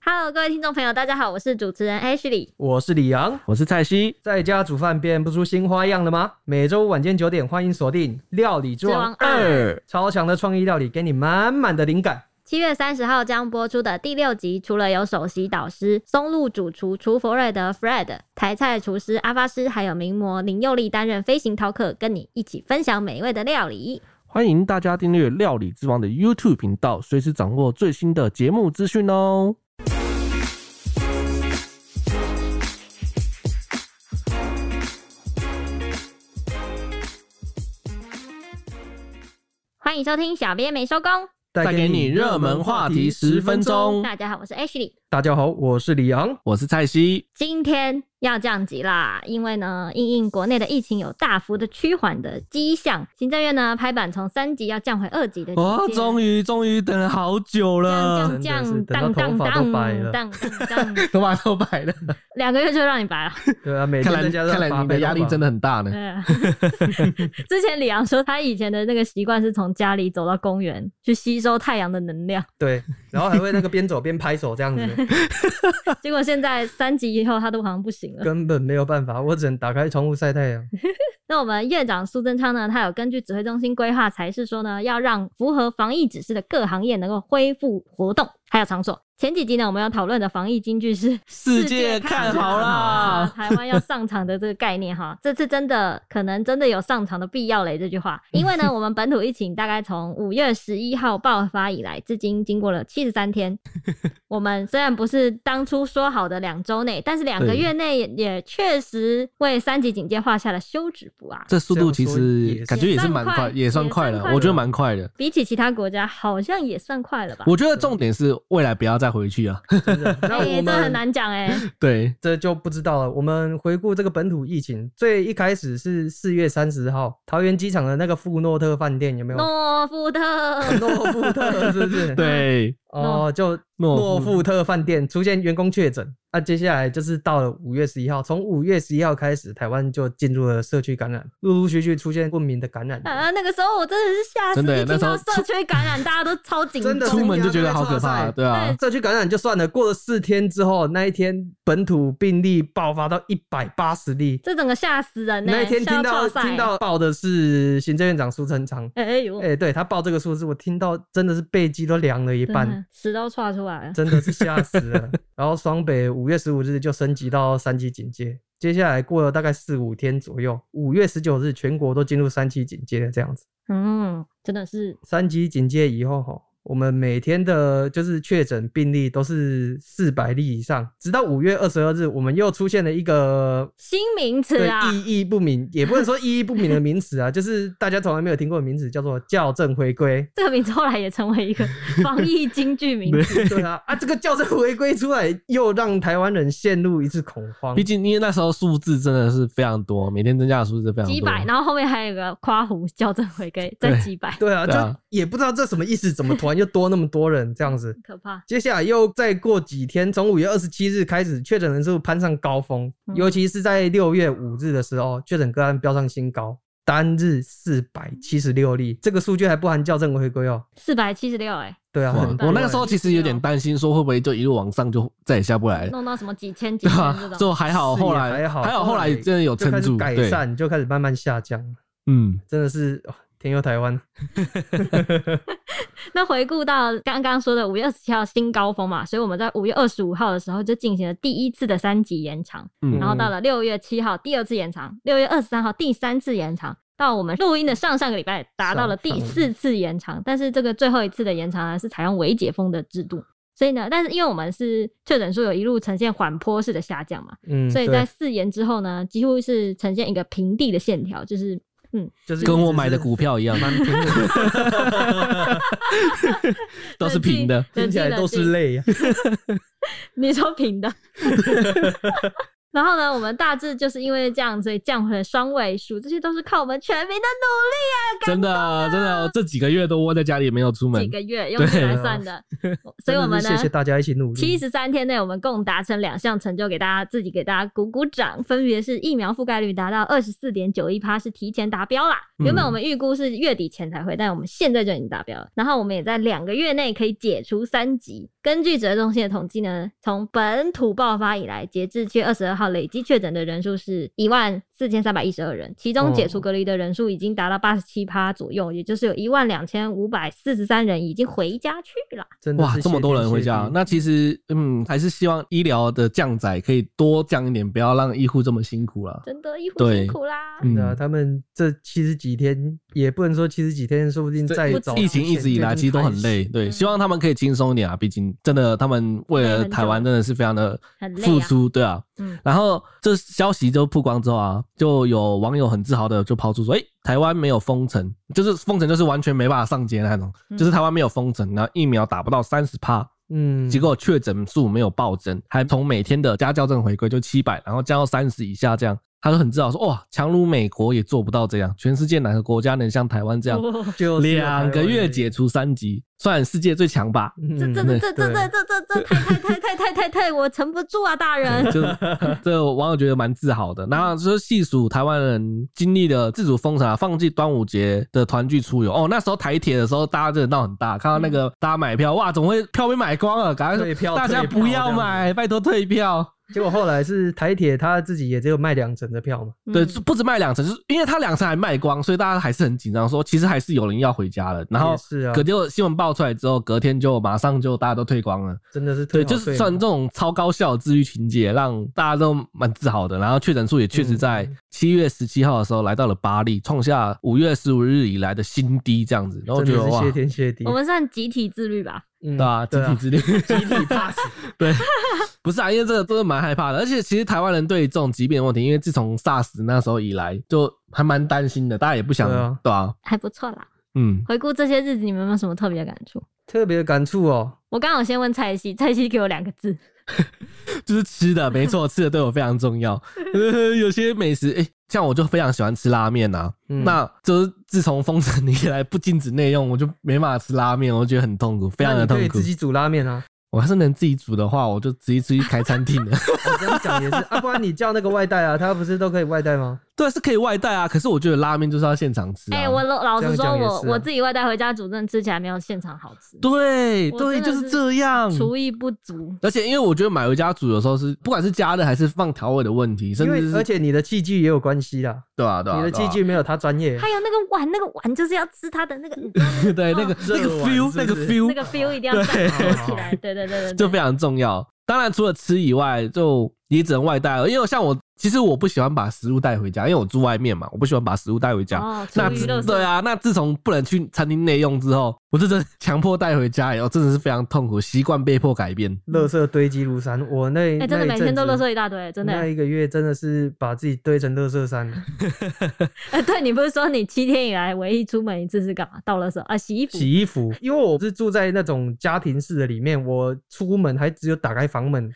Hello，各位听众朋友，大家好，我是主持人 Ashley。我是李阳，我是蔡西，在家煮饭变不出新花样了吗？每周晚间九点，欢迎锁定《料理之王之王二二》，超强的创意料理，给你满满的灵感。七月三十号将播出的第六集，除了有首席导师松露主厨厨佛瑞德 Fred、台菜厨师阿发师，还有名模林佑利担任飞行饕客，跟你一起分享美味的料理。欢迎大家订阅《料理之王》的 YouTube 频道，随时掌握最新的节目资讯哦。欢迎收听《小编没收工》，带给你热门话题十分钟。大家好，我是 Ashley。大家好，我是李阳。我是蔡西，今天要降级啦，因为呢，因应国内的疫情有大幅的趋缓的迹象，行政院呢拍板从三级要降回二级的哇、哦，终于于终于等了好久了，降降真的是降，当等当到头发当都白了当当 当，头发都白了，两个月就让你 白了。对啊，每哎看天来在家都看来发你的压力真的。的很大呢。对，啊 之前李阳说他以前的那个习惯是从家里走到公园去吸收太阳的能 量，对，然后还会那个边走边拍手这样子， 结果现在三级以后他都好像不行了。根本没有办法，我只能打开窗户晒太阳。那我们院长苏贞昌呢，他有根据指挥中心规划才是说呢，要让符合防疫指示的各行业能够恢复活动，还有场所。前几集呢，我们要讨论的防疫金句是世界看好啦世界看好啦台湾要上场的这个概念哈，这次真的可能真的有上场的必要嘞这句 话，因为呢，我们本土疫情大概从五月十一号爆发以来，至今经过了七十 三天，我们虽然不是当初说好的两周内，但是两个对月内也也确实为三级警戒画下了休止符啊。这速度其实感觉也是蛮也算快快，也算快也算了快，了我觉得蛮快的。比起其他国家，好像也算快了吧？我觉得重点是未来不要再回去啊。真的，那哎、我这很们难讲哎、 对，这就不知道了。我们回顾这个本土疫情，最一开始是四月三十号，桃园机场的那个富诺特饭店哦有没有？诺夫特，诺富特 是不是？对，哦，就诺诺富富特饭店出现员工确诊，那、接下来就是到了五月十一号，从五月十一号开始，台湾就进入了社区感染，陆陆续续出现不明的感染 源。啊，那个时候我真的是吓死，真的一耶听到那时候社区 感染，大家都超紧真的张出门就觉得好可怕，对啊对，社区感染就算了，过了四天之后，那一天本土病例爆发到一百八十例。这整个吓死人呢、那一天听到吓听超到报的是行政院长苏贞昌，帅，哎呦，哎、对他报这个数字，我听到真的是背脊都凉了一真半。的屎都窜出来了。真的是吓死了。然后双北五月十五日就升级到三级警戒，接下来过了大概四五天左右，五月十九日全国都进入三级警戒了。这样子，嗯，真的是三级警戒以后吼，我们每天的就是确诊病例都是四百例以上，直到五月二十二日，我们又出现了一个。新名词对啊，意义不明，也不能说意义不明的名词啊，就是大家从来没有听过的名词，叫做校正回归。这个名字后来也成为 一个防疫京剧名词。对啊，啊，这个校正回归出来，又让台湾人陷入一次恐慌毕。竟因为那时候数字真的是非常多，每天增加的数字非常多，几百，然后后面还有个夸胡校正回归，再对几百，？对啊，对啊就也不知道这什么意思，怎么突然又多那么多人这 样子可怕。接下来又再过几天，从五月二十七日开始，确诊人数攀上高峰，嗯尤其是在六月五日的时候，确诊个案飙上新高，单日四百七十六例，这个数据还不含校正回归哦。四百七十六，哎，对 啊，哇很多我那个时候欸其实有点担心，说会不会就一路往上就再也下不来了，哦弄到什么 几千几对千吧这？种，就还好，是也后来还好后来真的有就撑开始住，改对，善，就开始慢慢下降，嗯，真的是哦天佑台湾。那回顾到刚刚说的五月二十七号新高峰嘛，所以我们在五月二十五号的时候就进行了第一次的三级延长，嗯然后到了六月七号第二次延长，六月二十三号第三次延长，到我们录音的上上个礼拜达到了第四次延长，但是这个最后一次的延长啊呢是采用微解封的制度。所以呢，但是因为我们是确诊数有一路呈现缓坡式的下降嘛，嗯，所以对在四延之后呢，几乎是呈现一个平地的线条，就是就是跟我买的股票票一样，蛮平的，都是平的，冷静听起来都冷是静 泪呀。你说平的，然后呢，我们大致就是因为这样，所以降回了双位数，这些都是靠我们全民的努力真的真的，我这几个月都窝在家里没有出门啊几，个月用这来算的，我所以我们哦 呢真的是谢谢大家一起努力。七十三天内，我们共达成两项成就，给大家自己给大家鼓鼓掌，分别是疫苗覆盖率达到二十四点九一趴，是提前达标啦。嗯原本我们预估是月底前才会，但我们现在就已经达标了。然后我们也在两个月内可以解除三级。根据指挥中心的统计呢，从本土爆发以来，截至七月二十二号，累计确诊的人数是一万四千三百一十二人，其中解哦除隔离的人数已经达到八十七趴左右，也就是有一万两千五百四十三人已经回家去了。真的哇，是这么谢多天人回谢家地，那其实嗯，还是希望医疗的降载可以多降一点，不要让医护这么辛苦了。真的，医护对辛苦啦！嗯对啊，他们这七十几天也不能说七十几天，说不定这在不早早疫情一直以来其实都很累，。对，希望他们可以轻松一点啊，毕竟真的他们为对了很台湾久真的是非常的很累啊付出，对啊。嗯，然后这消息就曝光之后啊，就有网友很自豪的就抛出说，哎、台湾没有封城，就是封城就是完全没办法上街那种，嗯就是台湾没有封城，然后疫苗打不到三十趴。嗯，结果确诊数没有暴增，还从每天的家校正回归就七百，然后降到三十以下这样。他就很自豪说：“哇，强如美国也做不到这样，全世界哪个国家能像台湾这样？就两个月解除三级，算世界最 强吧？这这这这这这这这这太太太太太太太，我撑不住啊，大 人！就这网友觉得蛮自豪的。然后说细数台湾人经历了自主封城、啊，放弃端午节的团聚出游。哦，那时候台铁的时候，大家真的闹很大，看到那个大家买票，哇，怎么会票被买光了？赶快说嗯退票大家退票不这要样子买，拜托退票。结果后来是台铁他自己也只有卖两成的票嘛，对，嗯就不止卖两层，就是因为他两层还卖光，所以大家还是很紧张，说其实还是有人要回家了。然后也是啊可就新闻爆出来之后，隔天就马上就大家都退光了。真的是退对，好就是退算满这种超高效的治愈情节，让大家都蛮自豪的。然后确诊数也嗯确实在七月十七号的时候来到了八例，创下五月十五日以来的新低，这样子。然后我觉真得的是哇，谢天谢地，我们算集体自律吧，嗯对啊，集体之恋，集体 pass，对， 不是啊，因为这个真的蛮害怕的，而且其实台湾人对于这种疾病的问题，因为自从 SARS 那时候以来，就还蛮担心的，大家也不想，对啊对啊，还不错啦。嗯，回顾这些日子，你们有没有什么特别的感触？特别感触哦。我刚好先问蔡西，蔡西给我两个字，就是吃的，没错，吃的对我非常重要。 呃有些美食，哎、像我就非常喜欢吃拉面啊，嗯那就是自从封城以来不禁止内用，我就没办法吃拉面，我觉得很痛苦，非常的那你可痛以苦自。己煮拉面啊，我要是能自己煮的话，我就直接出去开餐厅 了。我这样讲也是啊，不然你叫那个外带啊，他不是都可以外带 吗？对，是可以外带啊，可是我觉得拉面就是要现场吃、啊。哎、我老老实这说样讲也我，是我啊自己外带回家煮，真的吃起来没有现场好吃，对我对，真的就是是这样。厨艺不足。而且因为我觉得买回家煮有时候是不管是加的还是放调味的问题，甚因至为是而且你的器具也有关系啦，对啊对啊，你的对器啊具没有他专业，还有那个碗，那个碗就是要吃它的那个，你知 道 对那个热那个碗 feel 是那个不是 feel 那个 feel 一定要站好起来。对对对 对对，就非常重要。当然除了吃以外，就也只能外带了，因为像我其实我不喜欢把食物带回家，因为我住外面嘛，我不喜欢把食物带回家。哦，厨那余自乐对啊，那自从不能去餐厅内用之后，我就真的 强迫带回家以后，真的是非常痛苦，习惯被迫改变。垃圾堆积如山。我那哎、那真的一每天阵都子乐色一大堆，真的、欸那一个月真的是把自己堆成垃圾 山了，哎， 对你不是说你七天以来唯一出门一次是干嘛？到了手啊，洗衣服。洗衣服。因为我是住在那种家庭式的里面，我出门还只有打开房 门，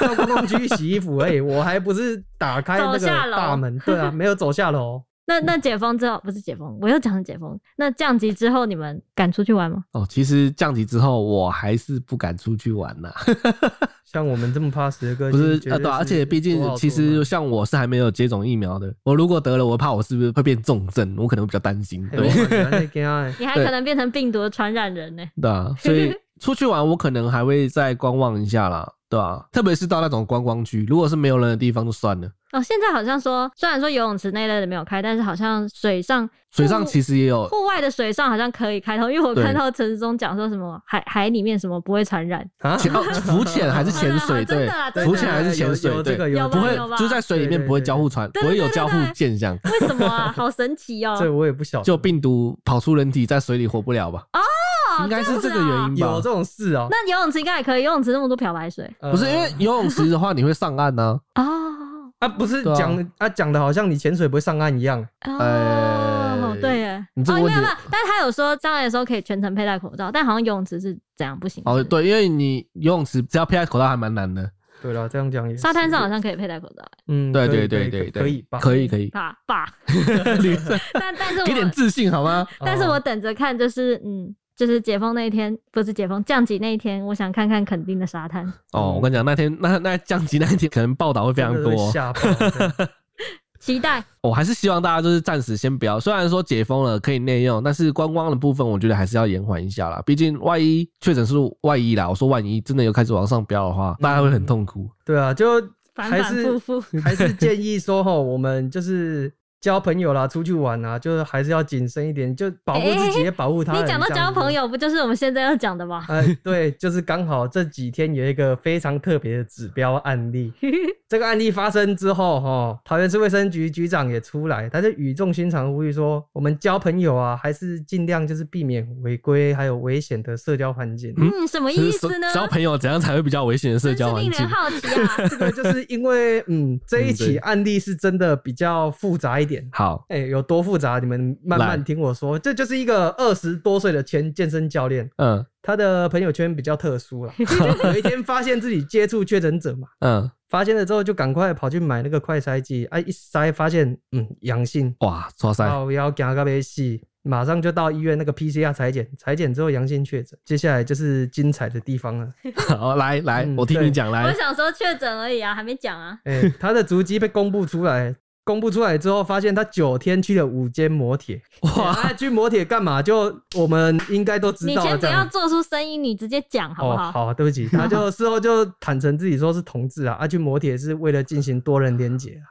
到公共区域洗衣服而已，我还不是打开那走个下楼大门，对啊，没有走下 楼。那那解封之后不是解封，我又讲是解封。那降级之后，你们敢出去玩吗？哦，其实降级之后，我还是不敢出去玩呐、像我们这么怕死的个不性，是绝啊，对对啊，而且毕不竟好其做嘛实像我是还没有接种疫苗的，我如果得了，我怕我是不是会变重症，我可能会比较担心，哎对我感觉那个 啊你还对可能变成病毒的传染人呢、对啊，所以出去玩我可能还会再观望一下啦，对啊，特别是到那种观光区，如果是没有人的地方就算了，哦，现在好像说，虽然说游泳池那一类的没有开，但是好像水上水上户其实也有，户外的水上好像可以开通，因为我对看到陈松讲说什么海海里面什么不会传 染，啊，潜哦浮潜还是潜水，真对的啊，真的啊浮潜还是潜有水，有这个对，有有不吧会有吧就是在水里面不会交互传，不对对会有对对交互对现象，为什么啊？好神奇哦！这我也不晓得，就病毒跑出人体在水里活不了吧？哦应该是样这子个原啊因吧有这？种事啊。那游泳池应该也可以，游泳池那么多漂白水呃不是因为游泳池的话，你会上岸呢、哦。啊，不是对啊讲啊讲的好像你潜水不会上岸一样，哦哎，对耶，你这个哦，问没题有没有，但是他有说上来的时候可以全程佩戴口罩，但好像游泳池是怎样不行。哦，是不是，对，因为你游泳池只要佩戴口罩还蛮难的，对啦，这样讲也沙滩是上好像可以佩戴口罩、嗯，对可对以对可以对对，可以吧？可以可以欸，，爸爸， 女生但但是给点我自信好吗？ 但是哦我等着看，就是嗯，就是解封那一天，不是解封降级那一天，我想看看垦丁的沙滩。哦，我跟你讲，那天那那降级那一天，可能报道会非常嗯真的多会哦。吓爆期 待我还是希望大家就是暂时先不要，虽然说解封了可以内用，但是观光的部分我觉得还是要延缓一下啦。毕竟万一确诊数万一啦，我说万一真的又开始往上飙的话，嗯大家会很痛苦。对啊，就 反还反是复复，还是建议说吼，我们就是交朋友啦，出去玩啊，就是还是要谨慎一点，就保护 自己欸也保护他人。你讲到这样交子朋，友，不就是我们现在要讲的吗？呃，对，就是刚好这几天有一个非常特别的指标案例， 这个案例发生之后，哈，桃园市卫生局局长也出来，他就语重心长地呼吁说，我们交朋友啊，还是尽量就是避免违规还有危险的社交环境。嗯，什么意只思呢？交朋友怎样才会比较危险的社真是交环令境人？好奇 啊！这个就是因为，嗯，这一嗯对起案例是真的比较复杂一点。好，哎、有多复杂？你们慢来慢听我说。这就是一个二十多岁的前健身教练，嗯他的朋友圈比较特殊 了。 有一天发现自己接触确诊者嘛，嗯，发现了之后就赶快跑去买那个快筛剂，哎、一筛发现嗯阳性，哇，抓哎塞，哦，要加个微细，马上就到医院那个 PCR 裁剪，裁剪之后阳性确诊。接下来就是精彩的地方了。 好来来，嗯我听你对讲我来，想说确诊而已啊，还没讲啊。哎、 他的足迹被公布出来，公布出来之后，发现他九天去了五间摩铁。 哇，他去摩铁干嘛？就我们应该都知你道了。先不这要样做出声音，你直接讲好不哦，好？好，对不起，他就事后就坦诚自己说是同志啊，啊，去摩铁是为了进行多人连结啊。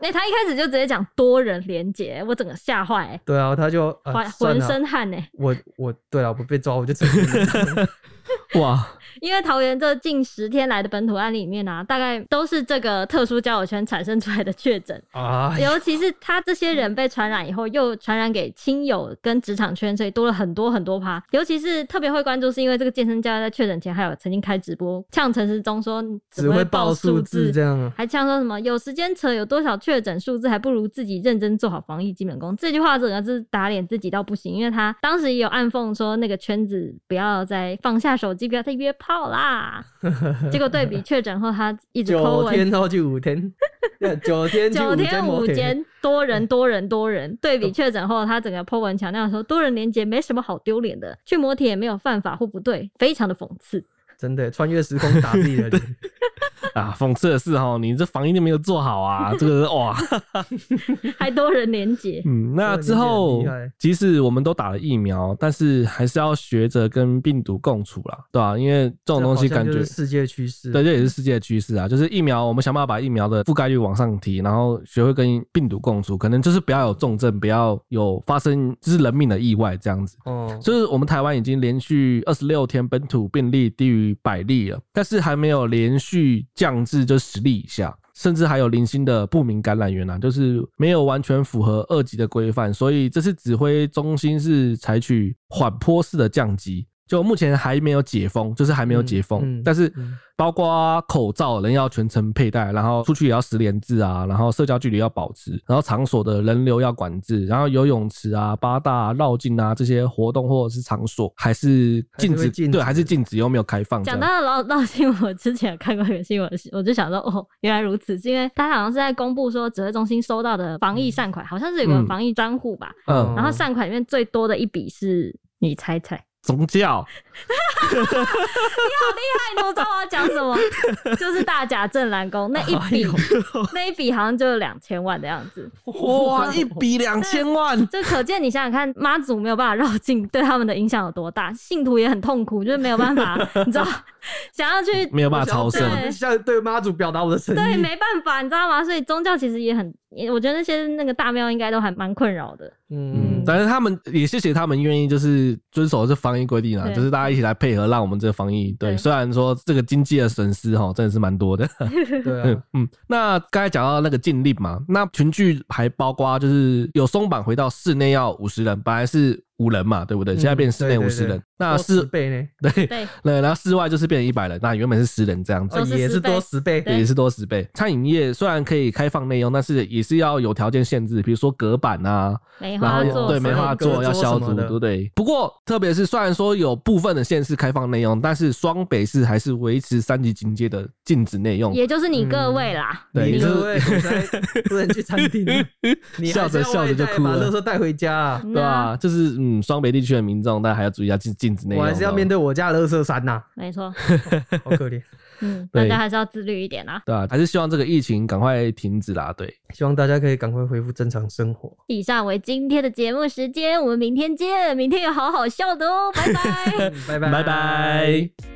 那、他一开始就直接讲多人连结，我整个吓坏、欸，对啊，他就浑呃，算浑了，身汗呢、欸。我我对啊，我被抓我就承认 了。哇，因为桃园这近十天来的本土案例里面啊，大概都是这个特殊交友圈产生出来的确诊，啊，尤其是他这些嗯人被传染以后，又传染给亲友跟职场圈，所以多了很多很多趴。尤其是特别会关注，是因为这个健身教练在确诊前还有曾经开直播呛陈时中说你怎只么会会报数字这样啊。还呛说什么有时间扯有多少确诊数字，还不如自己认真做好防疫基本功。这句话整个是打脸自己到不行，因为他当时也有暗讽说那个圈子不要再放下手机，不要再约炮 啦。结果对比确诊后，他一直抠 九文天。后去五天， 对九天去九五天嗯间五摩铁，间多人多人多人，对比确诊后，他整个 po 文强调说多人连接没什么好丢脸的，去摩铁也没有犯法或不对，非常的讽刺。 真的穿越时空打自己 的脸。啊，讽刺的是哈，你这防疫都没有做好啊，这个哇，。还多人连接嗯，这那个之理解很后厉害即使我们都打了疫苗，但是还是要学着跟病毒共处啦，对吧、啊因为这种东西这好感像就觉是。嗯世界趋势。对，这也是世界的趋势啊！就是疫苗，我们想办法把疫苗的覆盖率往上提，然后学会跟病毒共处，可能就是不要有重症，不要有发生就是人命的意外这样子。哦，就是我们台湾已经连续二十六天本土病例低于百例了，但是还没有连续降至就十例以下，甚至还有零星的不明感染源啊，就是没有完全符合二级的规范，所以这次指挥中心是采取缓坡式的降级。就目前还没有解封，就是还没有解封，嗯嗯但是嗯包括口罩人要全程佩戴，然后出去也要十连制啊，然后社交距离要保持，然后场所的人流要管制，然后游泳池啊、八大、啊、绕境啊这些活动或者是场所还是禁还是止，会禁止对，还是禁止又没有开放这讲样。到老老新闻，我之前有看过一个新闻，我就想说，哦，原来如此，是因为他好像是在公布说指挥中心收到的防疫善款，好像是有个嗯防疫专户吧，嗯，然后哦善款里面最多的一笔是，你猜猜，宗教太多知道我要讲什么，就是大甲镇澜宫那 哎一笔，那一笔好像就有两千万的样子，哇，一笔两千万，就可见你想想看，妈祖没有办法绕境，对他们的影响有多大，信徒也很痛苦，就是没有办法，你知道，想要去没有办法超生对。 向对妈祖表达我的诚对，意。没办法，你知道吗？所以宗教其实也很，也我觉得那些那个大庙应该都还蛮困扰的。嗯，但是他们也谢谢他们愿意就是遵守这防疫规定啊，对就是大家一起来配合，让我们这个防疫。对，对虽然说这个经济的损失哈，真的是蛮多的。对嗯啊，嗯，那刚才讲到那个禁令嘛，那群聚还包括就是有松绑回到室内要五十人，本来是五人嘛，对不对？现在变室内嗯对对五十对人，那多十室倍呢，对对，那然后室外就是变成一百人，那原本是十人这样子都哦是也十是倍多十倍，对也是多十倍。餐饮业虽然可以开放内用，但是也是要有条件限制，比如说隔板啊，梅然花后座对什么梅花的座要消隔毒，桌什么的对不对？不过特别是虽然说有部分的县市开放内用，但是双北市还是维持三级警戒的禁止内用。也就是你各位啦，对你就是各位 你才不能去餐厅，啊你还笑着是要笑着就外带哭把了垃圾带回家啊。嗯对啊，就是嗯，双北地区的民众，大家还要注意一下禁禁止内我用。还是要面对我家的垃圾山呐、没错，好可怜。嗯，大 对家还是要自律一点啦。对啊，还是希望这个疫情赶快停止啦。对，希望大家可以赶快恢复正常生活。以上为今天的节目 时间，我们明天见，明天有好好笑的哦，拜拜。拜拜拜拜